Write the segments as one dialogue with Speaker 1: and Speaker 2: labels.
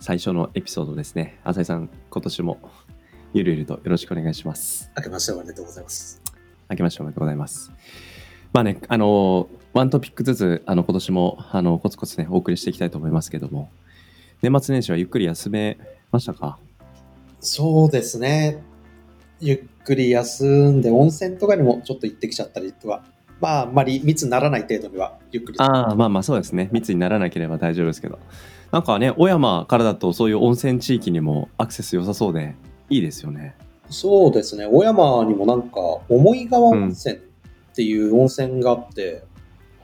Speaker 1: 最初のエピソードですね。浅井さん、今年もゆるゆるとよろしくお願いします。
Speaker 2: 明けましておめでとうございます。
Speaker 1: 明けましておめでとうございます。まあね、あの、ワントピックずつ、あの、今年も、あの、コツコツね、お送りしていきたいと思いますけども、年末年始はゆっくり休めましたか
Speaker 2: そうですね。ゆっくり休んで、温泉とかにもちょっと行ってきちゃったりとか、まあ、あんまり密にならない程度には、ゆっくり。
Speaker 1: ああ、まあまあそうですね。密にならなければ大丈夫ですけど。なんかね、小山からだとそういう温泉地域にもアクセス良さそうで、いいですよね。
Speaker 2: そうですね。小山にもなんか、思い川温泉っていう温泉があって、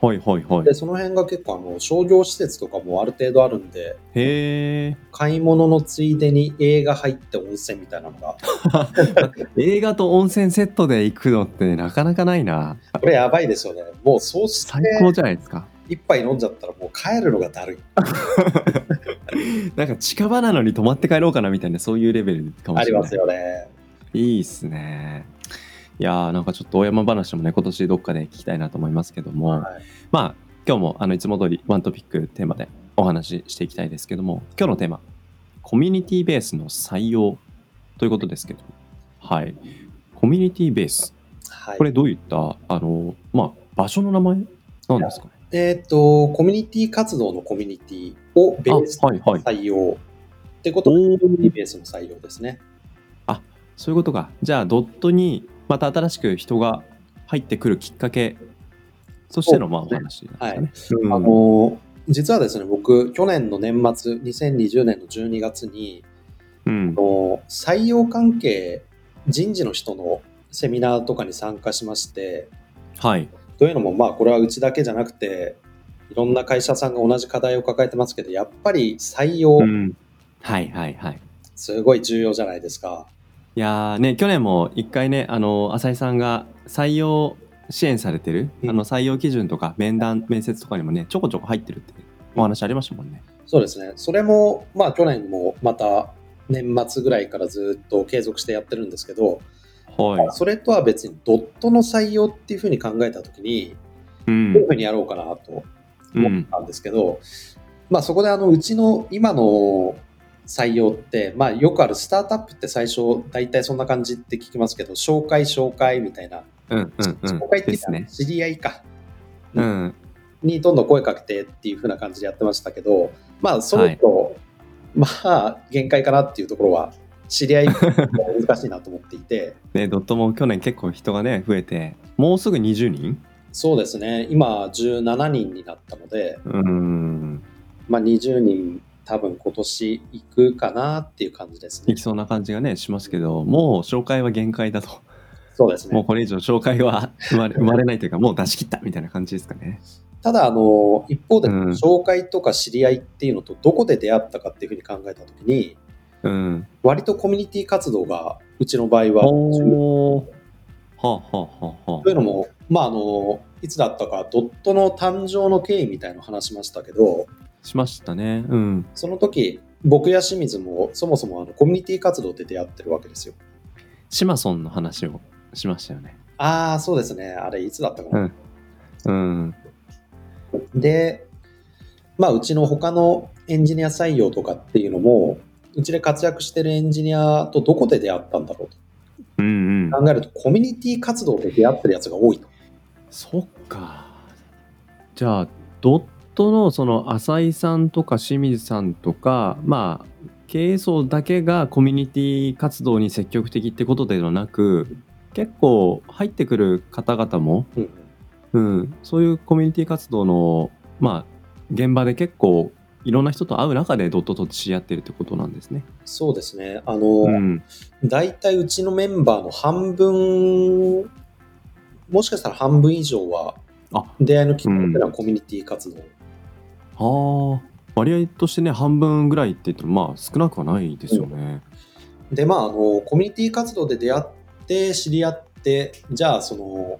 Speaker 1: はいはいはい
Speaker 2: で、。その辺が結構あの、商業施設とかもある程度あるんで、
Speaker 1: へえ。
Speaker 2: 買い物のついでに映画入って温泉みたいなの が、
Speaker 1: 映画と温泉セットで行くのってなかなかないな。
Speaker 2: これやばいですよね。もうそうし
Speaker 1: 最
Speaker 2: て、
Speaker 1: 高じゃないですか。
Speaker 2: 一杯飲んじゃったらもう帰るのがだるい。
Speaker 1: なんか近場なのに泊まって帰ろうかなみたいなそういうレベルかも
Speaker 2: あ
Speaker 1: し
Speaker 2: り
Speaker 1: れない。
Speaker 2: ますよね。
Speaker 1: いいっすね。いやーなんかちょっと大山話もね今年どっかで聞きたいなと思いますけども、
Speaker 2: はい
Speaker 1: まあ今日もあのいつも通りワントピックテーマでお話ししていきたいですけども今日のテーマコミュニティベースの採用ということですけどはいコミュニティベース
Speaker 2: はい
Speaker 1: これどういった、あのまあ場所の名前なんですかね
Speaker 2: えっ、と、コミュニティ活動のコミュニティをベース
Speaker 1: あ
Speaker 2: に
Speaker 1: はいはい
Speaker 2: 採用、ってこと
Speaker 1: お
Speaker 2: で、
Speaker 1: ー
Speaker 2: ベースの採用ですね。
Speaker 1: そういうことか。じゃあ、ドットにまた新しく人が入ってくるきっかけ、そしてのまあお
Speaker 2: そう
Speaker 1: 話なんですかね。
Speaker 2: あの、実はですね、僕、去年の年末、2020年の12月に、
Speaker 1: うん
Speaker 2: あの採用関係、人事の人のセミナーとかに参加しまして、
Speaker 1: はい。
Speaker 2: というのも、まあ、これはうちだけじゃなくて、いろんな会社さんが同じ課題を抱えてますけど、やっぱり採用、
Speaker 1: うんはいはいはい。
Speaker 2: すごい重要じゃないですか。
Speaker 1: いやーね、去年も一回ね、あの、浅井さんが採用支援されてる、
Speaker 2: うん
Speaker 1: あの採用基準とか面談、面接とかにもね、ちょこちょこ入ってるってお話ありましたもんね。
Speaker 2: そうですね。それも、まあ去年もまた年末ぐらいからずっと継続してやってるんですけど、
Speaker 1: はい。
Speaker 2: それとは別にドットの採用っていうふうに考えたとき
Speaker 1: う。
Speaker 2: に、どういうんふうにやろうかなと
Speaker 1: う
Speaker 2: 思っ
Speaker 1: ん。
Speaker 2: たんですけど、まあそこであのうちの今の採用って、まあよくあるスタートアップって最初大体そんな感じって聞きますけど、紹介紹介みたいな。
Speaker 1: うん。うん。うん
Speaker 2: 紹介って
Speaker 1: で
Speaker 2: 言った
Speaker 1: す
Speaker 2: ら
Speaker 1: ね。
Speaker 2: 知り合いか。
Speaker 1: うん。
Speaker 2: にどんどん声かけてっていう風な感じでやってましたけど、まあ、そろそろ、まあ、限界かなっていうところは、知り合いも難しいなと思っていて、
Speaker 1: ね、ドットも去年結構人がね、増えて、もうすぐ20人
Speaker 2: そうですね、今、17人になったので、
Speaker 1: うん。
Speaker 2: まあ、20人、多分今年行くかなっていう感じです
Speaker 1: い
Speaker 2: ね
Speaker 1: き。そうな感じがねしますけどもう紹介は限界だと
Speaker 2: そうです
Speaker 1: もう
Speaker 2: ね。
Speaker 1: これ以上紹介は生まれ生まれないというかもう出し切ったみたいな感じですかね
Speaker 2: ただ、あの、一方で、
Speaker 1: うん
Speaker 2: 紹介とか知り合いっていうのと、どこで出会ったかっていう風に考えたときに、
Speaker 1: うん
Speaker 2: 割とコミュニティ活動が、うちの場合は重要
Speaker 1: おーはあはあはあは
Speaker 2: というのも、まあ、あのいつだったかドットの誕生の経緯みたいなの話しましたけど
Speaker 1: あしましたねうん
Speaker 2: その時僕や清水もそもそもあのコミュニティ活動で出会ってるわけですよ
Speaker 1: シマソンの話をしましたよね
Speaker 2: ああそうですねあれいつだったかな、
Speaker 1: うん
Speaker 2: で、まあ、うちの他のエンジニア採用とかっていうのもうちで活躍してるエンジニアとどこで出会ったんだろう
Speaker 1: うんうん
Speaker 2: と考えるとコミュニティ活動で出会ってるやつが多いと
Speaker 1: そっかじゃあドットのその浅井さんとか清水さんとかまあ経営層だけがコミュニティ活動に積極的ってことではなく結構入ってくる方々も、
Speaker 2: うんうん
Speaker 1: うん、そういうコミュニティ活動のまあ現場で結構いろんな人と会う中でドットと知り合ってるってことなんですね。
Speaker 2: そうですねあの、
Speaker 1: うん、
Speaker 2: 大体うちのメンバーの半分、もしかしたら半分以上は
Speaker 1: あ、
Speaker 2: 出会いのきっかけはコミュニティ活動
Speaker 1: あー割合としてね半分ぐらいって言ってもまあ少なくはないですよね。
Speaker 2: でまああのコミュニティ活動で出会って知り合ってじゃあその、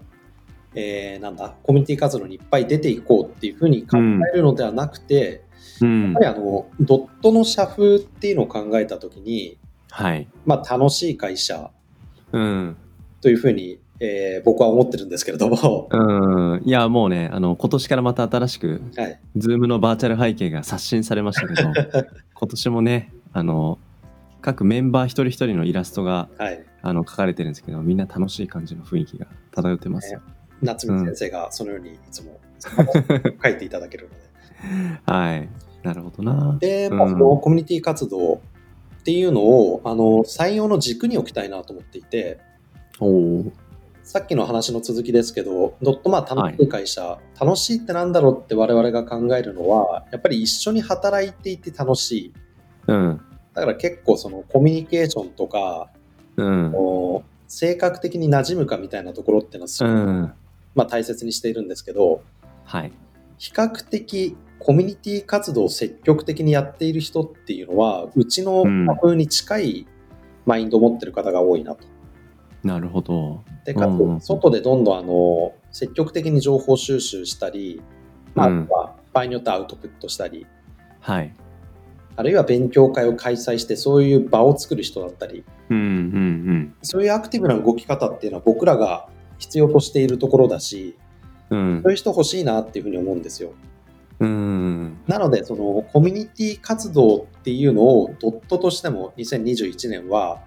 Speaker 2: えーなんだコミュニティ活動にいっぱい出ていこうっていうふうに考えるのではなくて、
Speaker 1: うん
Speaker 2: やっぱりあのドットの社風っていうのを考えた時に、
Speaker 1: はい。
Speaker 2: まあ、楽しい会社
Speaker 1: うん。
Speaker 2: というふうに、えー僕は思ってるんですけれ ども、
Speaker 1: うん。いやもうねあの今年からまた新しく
Speaker 2: はい、
Speaker 1: ズームのバーチャル背景が刷新されましたけど今年もねあの各メンバー一人一人のイラストが
Speaker 2: はい、
Speaker 1: あの書かれてるんですけどみんな楽しい感じの雰囲気が漂ってますよ。
Speaker 2: 夏見先生がそのようにいつも書いていただけるので。
Speaker 1: はい。なるほどな。
Speaker 2: で、まあ、
Speaker 1: うん
Speaker 2: そのコミュニティ活動っていうのをあの採用の軸に置きたいなと思っていて
Speaker 1: おお。
Speaker 2: さっきの話の続きですけどドットまあ楽しい会社、楽しいってなんだろうって我々が考えるのはやっぱり一緒に働いていて楽しい
Speaker 1: うん。
Speaker 2: だから結構そのコミュニケーションとか、
Speaker 1: うん。
Speaker 2: こう性格的に馴染むかみたいなところっていうのはす
Speaker 1: う
Speaker 2: ごく、
Speaker 1: ん。
Speaker 2: まあ、大切にしているんですけど
Speaker 1: はい。
Speaker 2: 比較的コミュニティ活動を積極的にやっている人っていうのはうちの
Speaker 1: うん
Speaker 2: 社風に近いマインドを持ってる方が多いなと。
Speaker 1: なるほど。
Speaker 2: でか
Speaker 1: うんうん
Speaker 2: つ外でどんどんあの積極的に情報収集したり、まあ、あ
Speaker 1: うん
Speaker 2: とは場合によってはアウトプットしたり
Speaker 1: はい。
Speaker 2: あるいは勉強会を開催してそういう場を作る人だったり
Speaker 1: うんうん
Speaker 2: そういうアクティブな動き方っていうのは僕らが必要としているところだし
Speaker 1: うん。うん
Speaker 2: そういう人欲しいなっていうふうに思うんですよ。
Speaker 1: うん。
Speaker 2: なので、そのコミュニティ活動っていうのをドットとしても2021年は、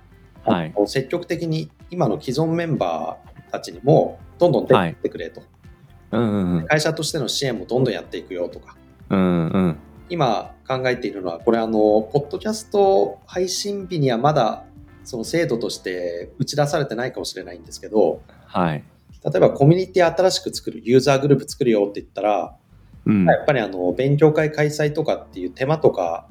Speaker 1: はい
Speaker 2: あの積極的に今の既存メンバーたちにもどんどん出てってくれと、
Speaker 1: うんうん
Speaker 2: 会社としての支援もどんどんやっていくよとか、
Speaker 1: うんうん。
Speaker 2: 今考えているのは、これあの、ポッドキャスト配信日にはまだその制度として打ち出されてないかもしれないんですけど、
Speaker 1: はい。
Speaker 2: 例えばコミュニティ新しく作る、ユーザーグループ作るよって言ったら、
Speaker 1: うん。
Speaker 2: やっぱりあの勉強会開催とかっていう手間とか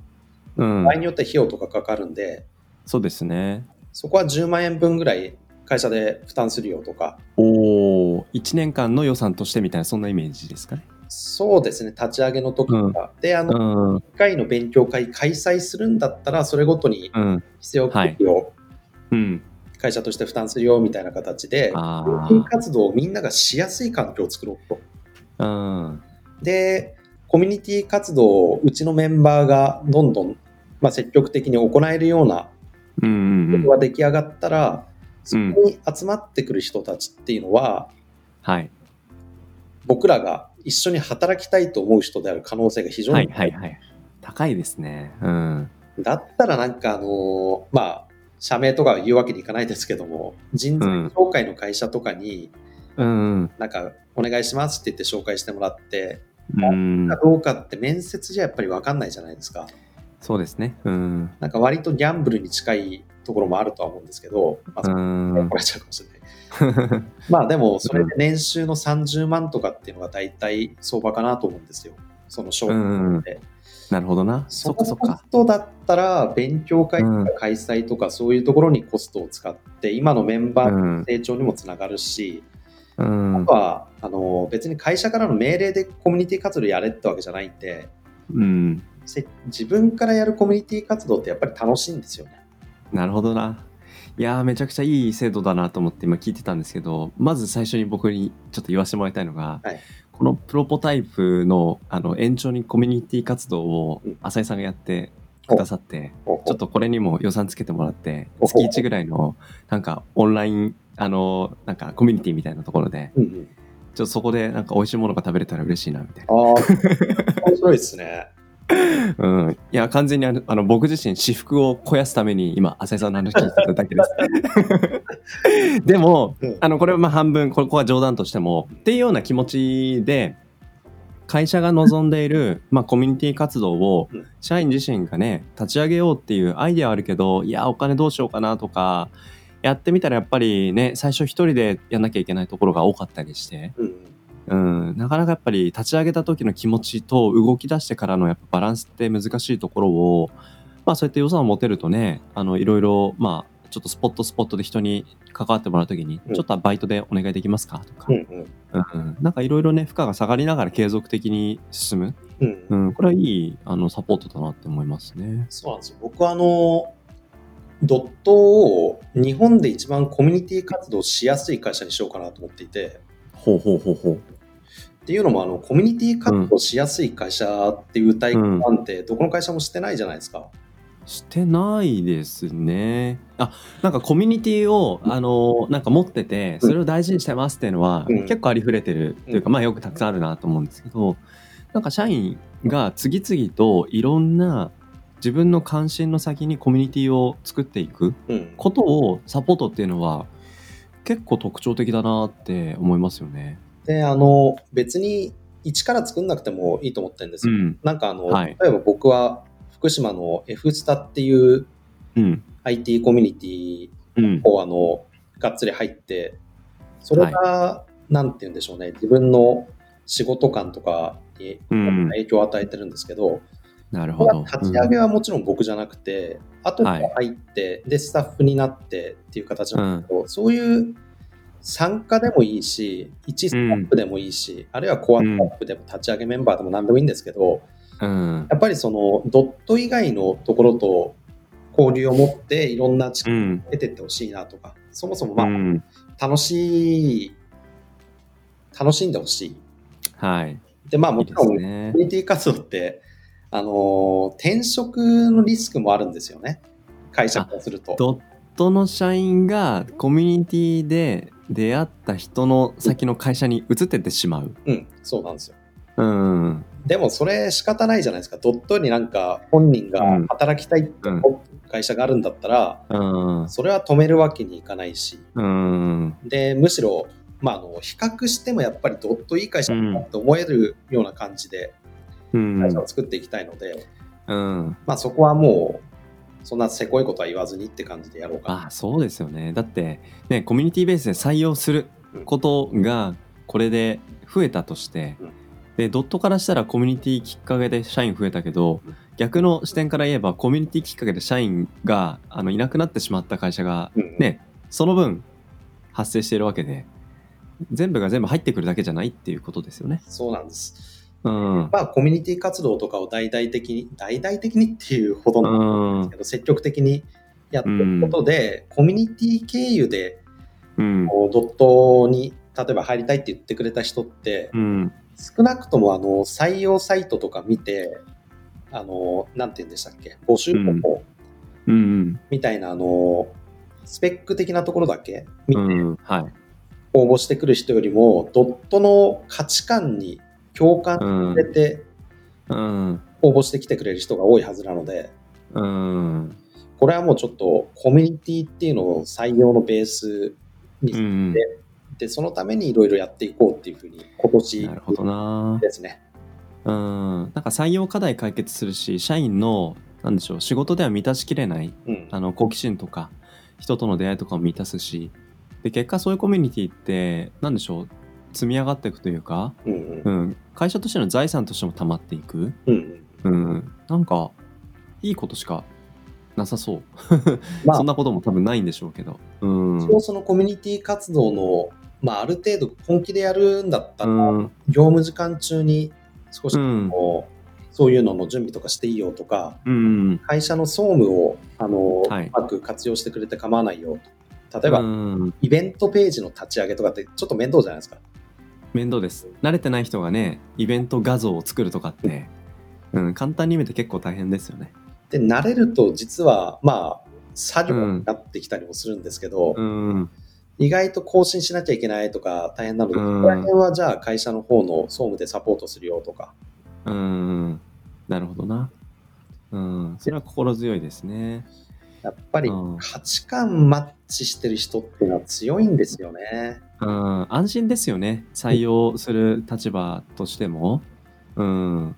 Speaker 1: うん
Speaker 2: 場合。によって費用とかかかるんで、
Speaker 1: そうですね。
Speaker 2: そこは10万円分ぐらい会社で負担するよとか、
Speaker 1: おお。1年間の予算としてみたいな、そんなイメージですかね。
Speaker 2: そうですね、立ち上げの時とか、で、あ
Speaker 1: う
Speaker 2: の、
Speaker 1: ん。うん。
Speaker 2: 1回の勉強会開催するんだったら、それごとに必要経費を
Speaker 1: うん。
Speaker 2: 会社として負担するよみたいな形で、
Speaker 1: あ
Speaker 2: コミュニティ活動をみんながしやすい環境を作ろうと。
Speaker 1: あ。うん。
Speaker 2: で、コミュニティ活動をうちのメンバーがどんどん、まあ、積極的に行えるような
Speaker 1: うんうん
Speaker 2: こ
Speaker 1: うん
Speaker 2: と。が出来上がったら、そこに集まってくる人たちっていうのは、
Speaker 1: はい。
Speaker 2: 僕らが一緒に働きたいと思う人である可能性が非常
Speaker 1: は
Speaker 2: に
Speaker 1: い
Speaker 2: 高、
Speaker 1: はいいはい。高いですね。うん。
Speaker 2: だったらなんかあのまあ社名とかは言うわけにいかないですけども人材紹介の会社とかに
Speaker 1: うん。
Speaker 2: なんかお願いしますって言って紹介してもらって、
Speaker 1: うん。
Speaker 2: かどうかって面接じゃやっぱり分かんないじゃないですか
Speaker 1: そうですね。うん。
Speaker 2: なんか割とギャンブルに近いところもあるとは思うんですけど、まあ、
Speaker 1: う
Speaker 2: そこで
Speaker 1: ん
Speaker 2: 怒。られちゃうかもしれない、まあでもそれで年収の30万とかっていうのが大体相場かなと思うんですよその紹介で、
Speaker 1: なるほどな。そ
Speaker 2: そ
Speaker 1: っか
Speaker 2: こ
Speaker 1: そ
Speaker 2: の
Speaker 1: っ
Speaker 2: コ
Speaker 1: か
Speaker 2: ス。トだったら、勉強会
Speaker 1: うん
Speaker 2: とか開催とか、そういうところにコストを使って、今のメンバーの
Speaker 1: ん。
Speaker 2: 成長にもつながるし、
Speaker 1: うん
Speaker 2: あと。はあの別に会社からの命令でコミュニティ活動やれってわけじゃないんで、
Speaker 1: うん。
Speaker 2: せ自分からやるコミュニティ活動ってやっぱり楽しいんですよね。
Speaker 1: なるほどな。いやーめちゃくちゃいい制度だなと思って今聞いてたんですけどまず最初に僕にちょっと言わせてもらいたいのが、
Speaker 2: はい
Speaker 1: このプロポタイプのあの延長にコミュニティ活動を
Speaker 2: うん
Speaker 1: 浅井さんがやってくださって、ちょっとこれにも予算つけてもらって
Speaker 2: お
Speaker 1: 月1ぐらいのなんかオンラインあのなんかコミュニティみたいなところで
Speaker 2: うんうん、
Speaker 1: ちょっとそこでなんか美味しいものが食べれたら嬉しいなみたいな
Speaker 2: ああ、面白いですね。
Speaker 1: うん、いや完全にあのあの僕自身私服を肥やすために今浅井さんの話聞いてただけです でも
Speaker 2: うん
Speaker 1: あのこれはまあ半分ここは冗談としてもっていうような気持ちで会社が望んでいる、まあ、コミュニティ活動を
Speaker 2: うん
Speaker 1: 社員自身がね立ち上げようっていうアイデアはあるけどいやお金どうしようかなとかやってみたらやっぱりね最初一人でやんなきゃいけないところが多かったりして、
Speaker 2: うんうん
Speaker 1: うん、なかなかやっぱり立ち上げた時の気持ちと動き出してからのやっぱバランスって難しいところを、まあ、そうやって予算を持てるとねあのいろいろまあちょっとスポットスポットで人に関わってもらう時に、
Speaker 2: うん
Speaker 1: ちょっとバイトでお願いできますかとか
Speaker 2: う、んうん
Speaker 1: ううん、なんかいろいろね負荷が下がりながら継続的に進む、
Speaker 2: うん
Speaker 1: うん、これはいいあのサポートだなって思いますね。
Speaker 2: そうなんですよ僕はあのドットを日本で一番コミュニティ活動しやすい会社にしようかなと思っていて
Speaker 1: ほうほうほうほう。
Speaker 2: っていうのもあのコミュニティ活動しやすい会社っていう体感なんてどこの会社もしてないじゃないですか、
Speaker 1: してないですね。あなんかコミュニティをあのなんか持っててそれを大事にしてますっていうのは、
Speaker 2: うん
Speaker 1: 結構ありふれてるというか、まあよくたくさんあるなと思うんですけどなんか社員が次々といろんな自分の関心の先にコミュニティを作っていく
Speaker 2: うん
Speaker 1: ことをサポートっていうのは結構特徴的だなって思いますよね。
Speaker 2: であの別に一から作んなくてもいいと思ってるんですよ、
Speaker 1: ん。
Speaker 2: なんかあの、
Speaker 1: はい
Speaker 2: 例えば僕は福島の F スタっていう
Speaker 1: うん。
Speaker 2: IT コミュニティ
Speaker 1: うん。
Speaker 2: をあのがっつり入ってそれが、なんて言うんでしょうね自分の仕事感とかに
Speaker 1: うん
Speaker 2: 影響を与えてるんですけど、
Speaker 1: なるほ
Speaker 2: これは
Speaker 1: ど。
Speaker 2: 立ち上げはもちろん僕じゃなくて、後から入って、でスタッフになってっていう形なんですけど、そういう参加でもいいし1スタッフでもいいし、あるいはコアスタッフでも立ち上げメンバーでも何でもいいんですけど、
Speaker 1: うん。
Speaker 2: やっぱりそのドット以外のところと交流を持っていろんな
Speaker 1: う
Speaker 2: 力を
Speaker 1: ん。
Speaker 2: 得てってほしいなとか、そもそも
Speaker 1: う
Speaker 2: まあ
Speaker 1: ん。
Speaker 2: 楽しい、楽しんでほしい。
Speaker 1: はい。
Speaker 2: で、まあ
Speaker 1: い
Speaker 2: も
Speaker 1: い
Speaker 2: ち
Speaker 1: で
Speaker 2: ろん、
Speaker 1: す
Speaker 2: コ
Speaker 1: ね。
Speaker 2: ミュニティ活動って、あのー転職のリスクもあるんですよね。会社からすると。
Speaker 1: ドットの社員がコミュニティで出会った人の先の会社に移ってってしまう。
Speaker 2: うん、そうなんですよ。
Speaker 1: うん。
Speaker 2: でもそれ仕方ないじゃないですか。ドットになんか本人が
Speaker 1: うん
Speaker 2: 働きたいって思う会社があるんだったら、
Speaker 1: うん。
Speaker 2: それは止めるわけにいかないし、
Speaker 1: うん。
Speaker 2: で、むしろ、まあ、あの比較してもやっぱりドットいい会社だなって思えるような感じで
Speaker 1: うん。
Speaker 2: 会社を作っていきたいので、
Speaker 1: うん。
Speaker 2: まあそこはもう、そんなせこいことは言わずにって感じでやろうかな。
Speaker 1: あ、そうですよね。だって、ね、コミュニティベースで採用することが、これで増えたとして
Speaker 2: うん、
Speaker 1: で、ドットからしたらコミュニティきっかけで社員増えたけど
Speaker 2: うん、
Speaker 1: 逆の視点から言えば、コミュニティきっかけで社員が、あの、いなくなってしまった会社が
Speaker 2: うん
Speaker 1: ねその分発生しているわけで全部が全部入ってくるだけじゃないっていうことですよね。
Speaker 2: そうなんです。
Speaker 1: うん。
Speaker 2: まあコミュニティ活動とかを大々的に、大々的にっていうほど
Speaker 1: う
Speaker 2: の
Speaker 1: ん。
Speaker 2: 積極的にやっていくことで、コミュニティ経由で
Speaker 1: うん。
Speaker 2: こうドットに例えば入りたいって言ってくれた人って、
Speaker 1: うん。
Speaker 2: 少なくともあの採用サイトとか見て、あの、なんて言うんでしたっけ、募集方法
Speaker 1: うん。
Speaker 2: みたいな、あの、スペック的なところだけ見て
Speaker 1: うん。はい。
Speaker 2: 応募してくる人よりも、ドットの価値観に共感
Speaker 1: うん
Speaker 2: され。て
Speaker 1: うん。
Speaker 2: 応募してきてくれる人が多いはずなので、
Speaker 1: うん。
Speaker 2: これはもうちょっとコミュニティっていうのを採用のベースに
Speaker 1: う
Speaker 2: し
Speaker 1: ん。
Speaker 2: て、そのためにいろいろやっていこうっていうふうに、今年
Speaker 1: なるほどな。
Speaker 2: ですね。
Speaker 1: うん。なんか採用課題解決するし、社員の、なんでしょう、仕事では満たしきれない、
Speaker 2: うん
Speaker 1: あの、好奇心とか、人との出会いとかを満たすし、で、結果そういうコミュニティって、なんでしょう、積み上がっていくというか、
Speaker 2: うんうん
Speaker 1: うん、会社としての財産としても溜まっていく、
Speaker 2: うんうん
Speaker 1: うん、なんかいいことしかなさそう、
Speaker 2: まあ
Speaker 1: そんなことも多分ないんでしょうけど、うん
Speaker 2: 一応そのコミュニティ活動の、まあ、ある程度本気でやるんだった
Speaker 1: う
Speaker 2: ら、
Speaker 1: ん
Speaker 2: 業務時間中に少し
Speaker 1: うん
Speaker 2: こう、そういうのの準備とかしていいよとか
Speaker 1: うん
Speaker 2: 会社の総務をあの、
Speaker 1: はいう
Speaker 2: まく活用してくれて構わないよと例えば、
Speaker 1: うん
Speaker 2: イベントページの立ち上げとかってちょっと面倒じゃないですか
Speaker 1: 面倒です慣れてない人がねイベント画像を作るとかって、うん、簡単に見て結構大変ですよね、
Speaker 2: で慣れると実はまあ作業
Speaker 1: うん
Speaker 2: になってきたりもするんですけど、
Speaker 1: うん、
Speaker 2: 意外と更新しなきゃいけないとか大変なので、
Speaker 1: うん
Speaker 2: そこら辺はじゃあ会社の方の総務でサポートするよとか
Speaker 1: うん、なるほどな、うん、それは心強いですね
Speaker 2: やっぱり
Speaker 1: うん
Speaker 2: 価値観マッチしてる人っていうのは強いんですよね。
Speaker 1: うん、安心ですよね採用する立場としても、うん、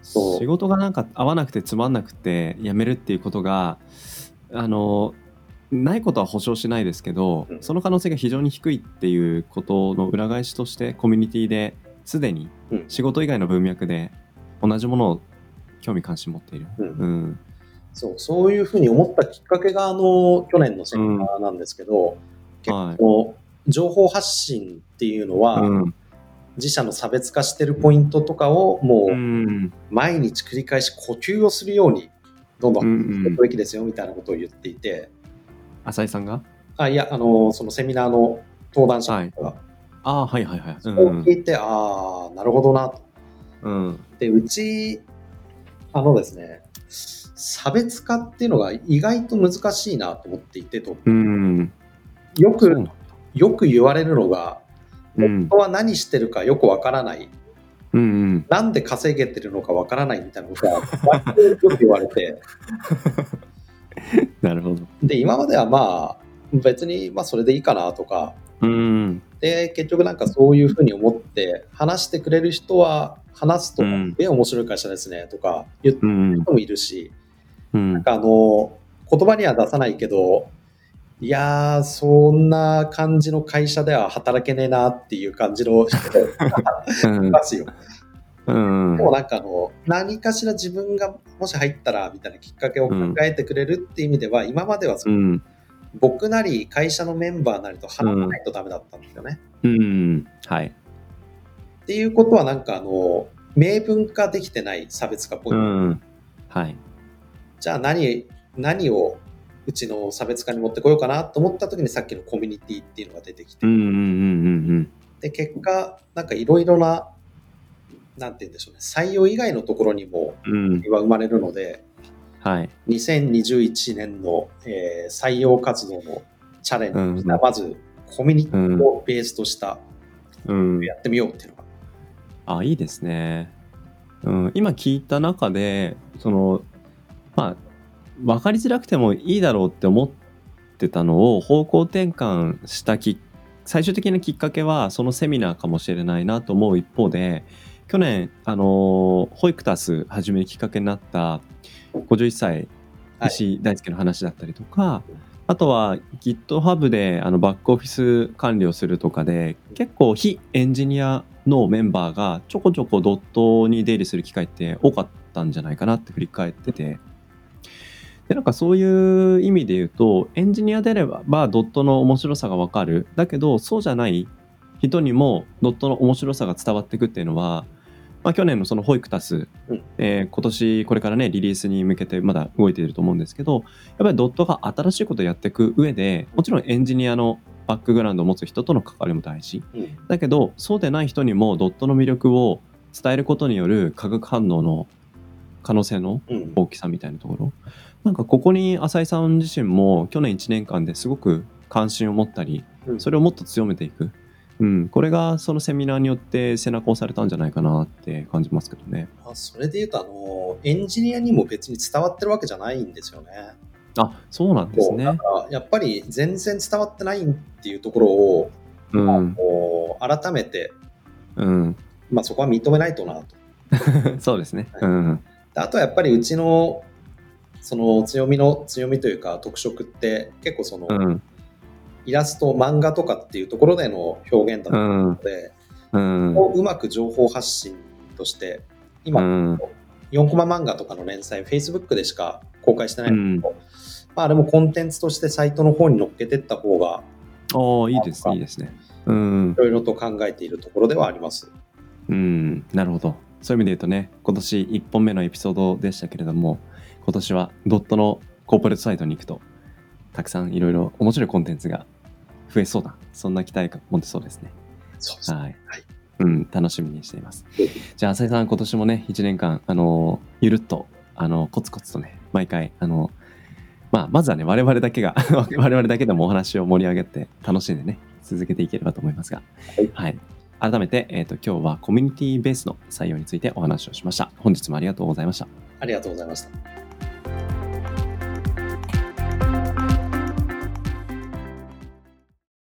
Speaker 2: そう
Speaker 1: 仕事がなんか合わなくてつまんなくて辞めるっていうことがあのないことは保証しないですけど
Speaker 2: うん
Speaker 1: その可能性が非常に低いっていうことの裏返しとしてコミュニティですでに
Speaker 2: うん
Speaker 1: 仕事以外の文脈で同じものを興味関心持っている、
Speaker 2: うん
Speaker 1: うん
Speaker 2: そうそういうふうに思ったきっかけがあの去年のセミナーなんですけど、結
Speaker 1: はい
Speaker 2: 構情報発信っていうのは、自社の差別化してるポイントとかをもう毎日繰り返し呼吸をするようにどんどんやっていくべきですよみたいなことを言っていて
Speaker 1: 浅井さんが
Speaker 2: あいやあのそのセミナーの登壇者が、はい、
Speaker 1: ああはいはいはい、
Speaker 2: そこを聞いてああなるほどなと、
Speaker 1: うん、
Speaker 2: でうちあのですね差別化っていうのが意外と難しいなと思っていてと、
Speaker 1: うん、
Speaker 2: よくよく言われるのが本当は何してるかよくわからない、
Speaker 1: うんうん、
Speaker 2: なんで稼げてるのかわからないみたいなことが よく言われて
Speaker 1: なるほど
Speaker 2: で今まではまあ別にまあそれでいいかなとか、
Speaker 1: うん、
Speaker 2: で結局なんかそういうふうに思って話してくれる人は話すと、うん、え面白い会社ですねとか言ってる人もいるし、
Speaker 1: うん、
Speaker 2: なんかあの言葉には出さないけどいやー、そんな感じの会社では働けねえなっていう感じの人がいますよ。
Speaker 1: うん、
Speaker 2: でもなんかあの、何かしら自分がもし入ったらみたいなきっかけを考えてくれるっていう意味では、うん、今まではその、うん、僕なり会社のメンバーなりと話さないとダメだったんですよね。
Speaker 1: うん、はい。、
Speaker 2: っていうことはなんかあの、明文化できてない差別化ポイント。うん
Speaker 1: はい。
Speaker 2: じゃあ何、何をうちの差別化に持ってこようかなと思った時にさっきのコミュニティっていうのが出てきて、で結果なんかいろいろななんて言うんでしょうね採用以外のところにもは生まれるので、
Speaker 1: うん、はい、
Speaker 2: 2021年の、えー、採用活動のチャレンジが、うん、まずコミュニティをベースとした、
Speaker 1: うん、
Speaker 2: やってみようっていうのが。
Speaker 1: あいいですね、うん、今聞いた中でそのまあ分かりづらくてもいいだろうって思ってたのを方向転換したき最終的なきっかけはそのセミナーかもしれないなと思う一方で去年あのホイクタス始めるきっかけになった51歳石井大輔の話だったりとか、はい、あとは GitHub であのバックオフィス管理をするとかで結構非エンジニアのメンバーがちょこちょこドットに出入りする機会って多かったんじゃないかなって振り返ってて。でなんかそういう意味で言うとエンジニアであれば、まあ、ドットの面白さがわかるだけどそうじゃない人にもドットの面白さが伝わっていくっていうのは、まあ、去年のそのホイクタス、
Speaker 2: うん
Speaker 1: えー、今年これからねリリースに向けてまだ動いていると思うんですけどやっぱりドットが新しいことをやっていく上でもちろんエンジニアのバックグラウンドを持つ人との関わりも大事、
Speaker 2: うん、
Speaker 1: だけどそうでない人にもドットの魅力を伝えることによる化学反応の可能性の大きさみたいなところ、うんなんかここに浅井さん自身も去年1年間ですごく関心を持ったり、それをもっと強めていく、うん、うん、これがそのセミナーによって背中を押されたんじゃないかなって感じますけどね。
Speaker 2: あそれでいうとあの、エンジニアにも別に伝わってるわけじゃないんですよね。
Speaker 1: あそうなんですね。だ
Speaker 2: からやっぱり全然伝わってないっていうところを、うん、あの改めて、
Speaker 1: うん
Speaker 2: まあ、そこは認めないとなと。
Speaker 1: そうですね、うん、はい、
Speaker 2: あとはやっぱりうちのその強みの強みというか特色って結構その、
Speaker 1: うん、
Speaker 2: イラスト漫画とかっていうところでの表現だったので、
Speaker 1: うん、
Speaker 2: ううまく情報発信として今、うん、4コマ漫画とかの連載 Facebook でしか公開してないんですけど、うん、まあ、あれもコンテンツとしてサイトの方に載っけてった方が
Speaker 1: おいいですねいいですね、うん、
Speaker 2: いろいろと考えているところではあります。
Speaker 1: うん、なるほどそういう意味で言うとね今年1本目のエピソードでしたけれども今年はドットのコーポレートサイトに行くと、たくさんいろいろ面白いコンテンツが増えそうだ。そんな期待感持ってそうですね。
Speaker 2: そうですね。はい。
Speaker 1: はい、うん、楽しみにしています。じゃあ、浅井さん、今年もね、1年間、あの、ゆるっと、あの、コツコツとね、毎回、あの、まあ、まずはね、我々だけが 我々だけでもお話を盛り上げて、楽しんでね、続けていければと思いますが、はい。はい、改めて、えっ、ー、と、今日はコミュニティベースの採用についてお話をしました。本日もありがとうございました。
Speaker 2: ありがとうございました。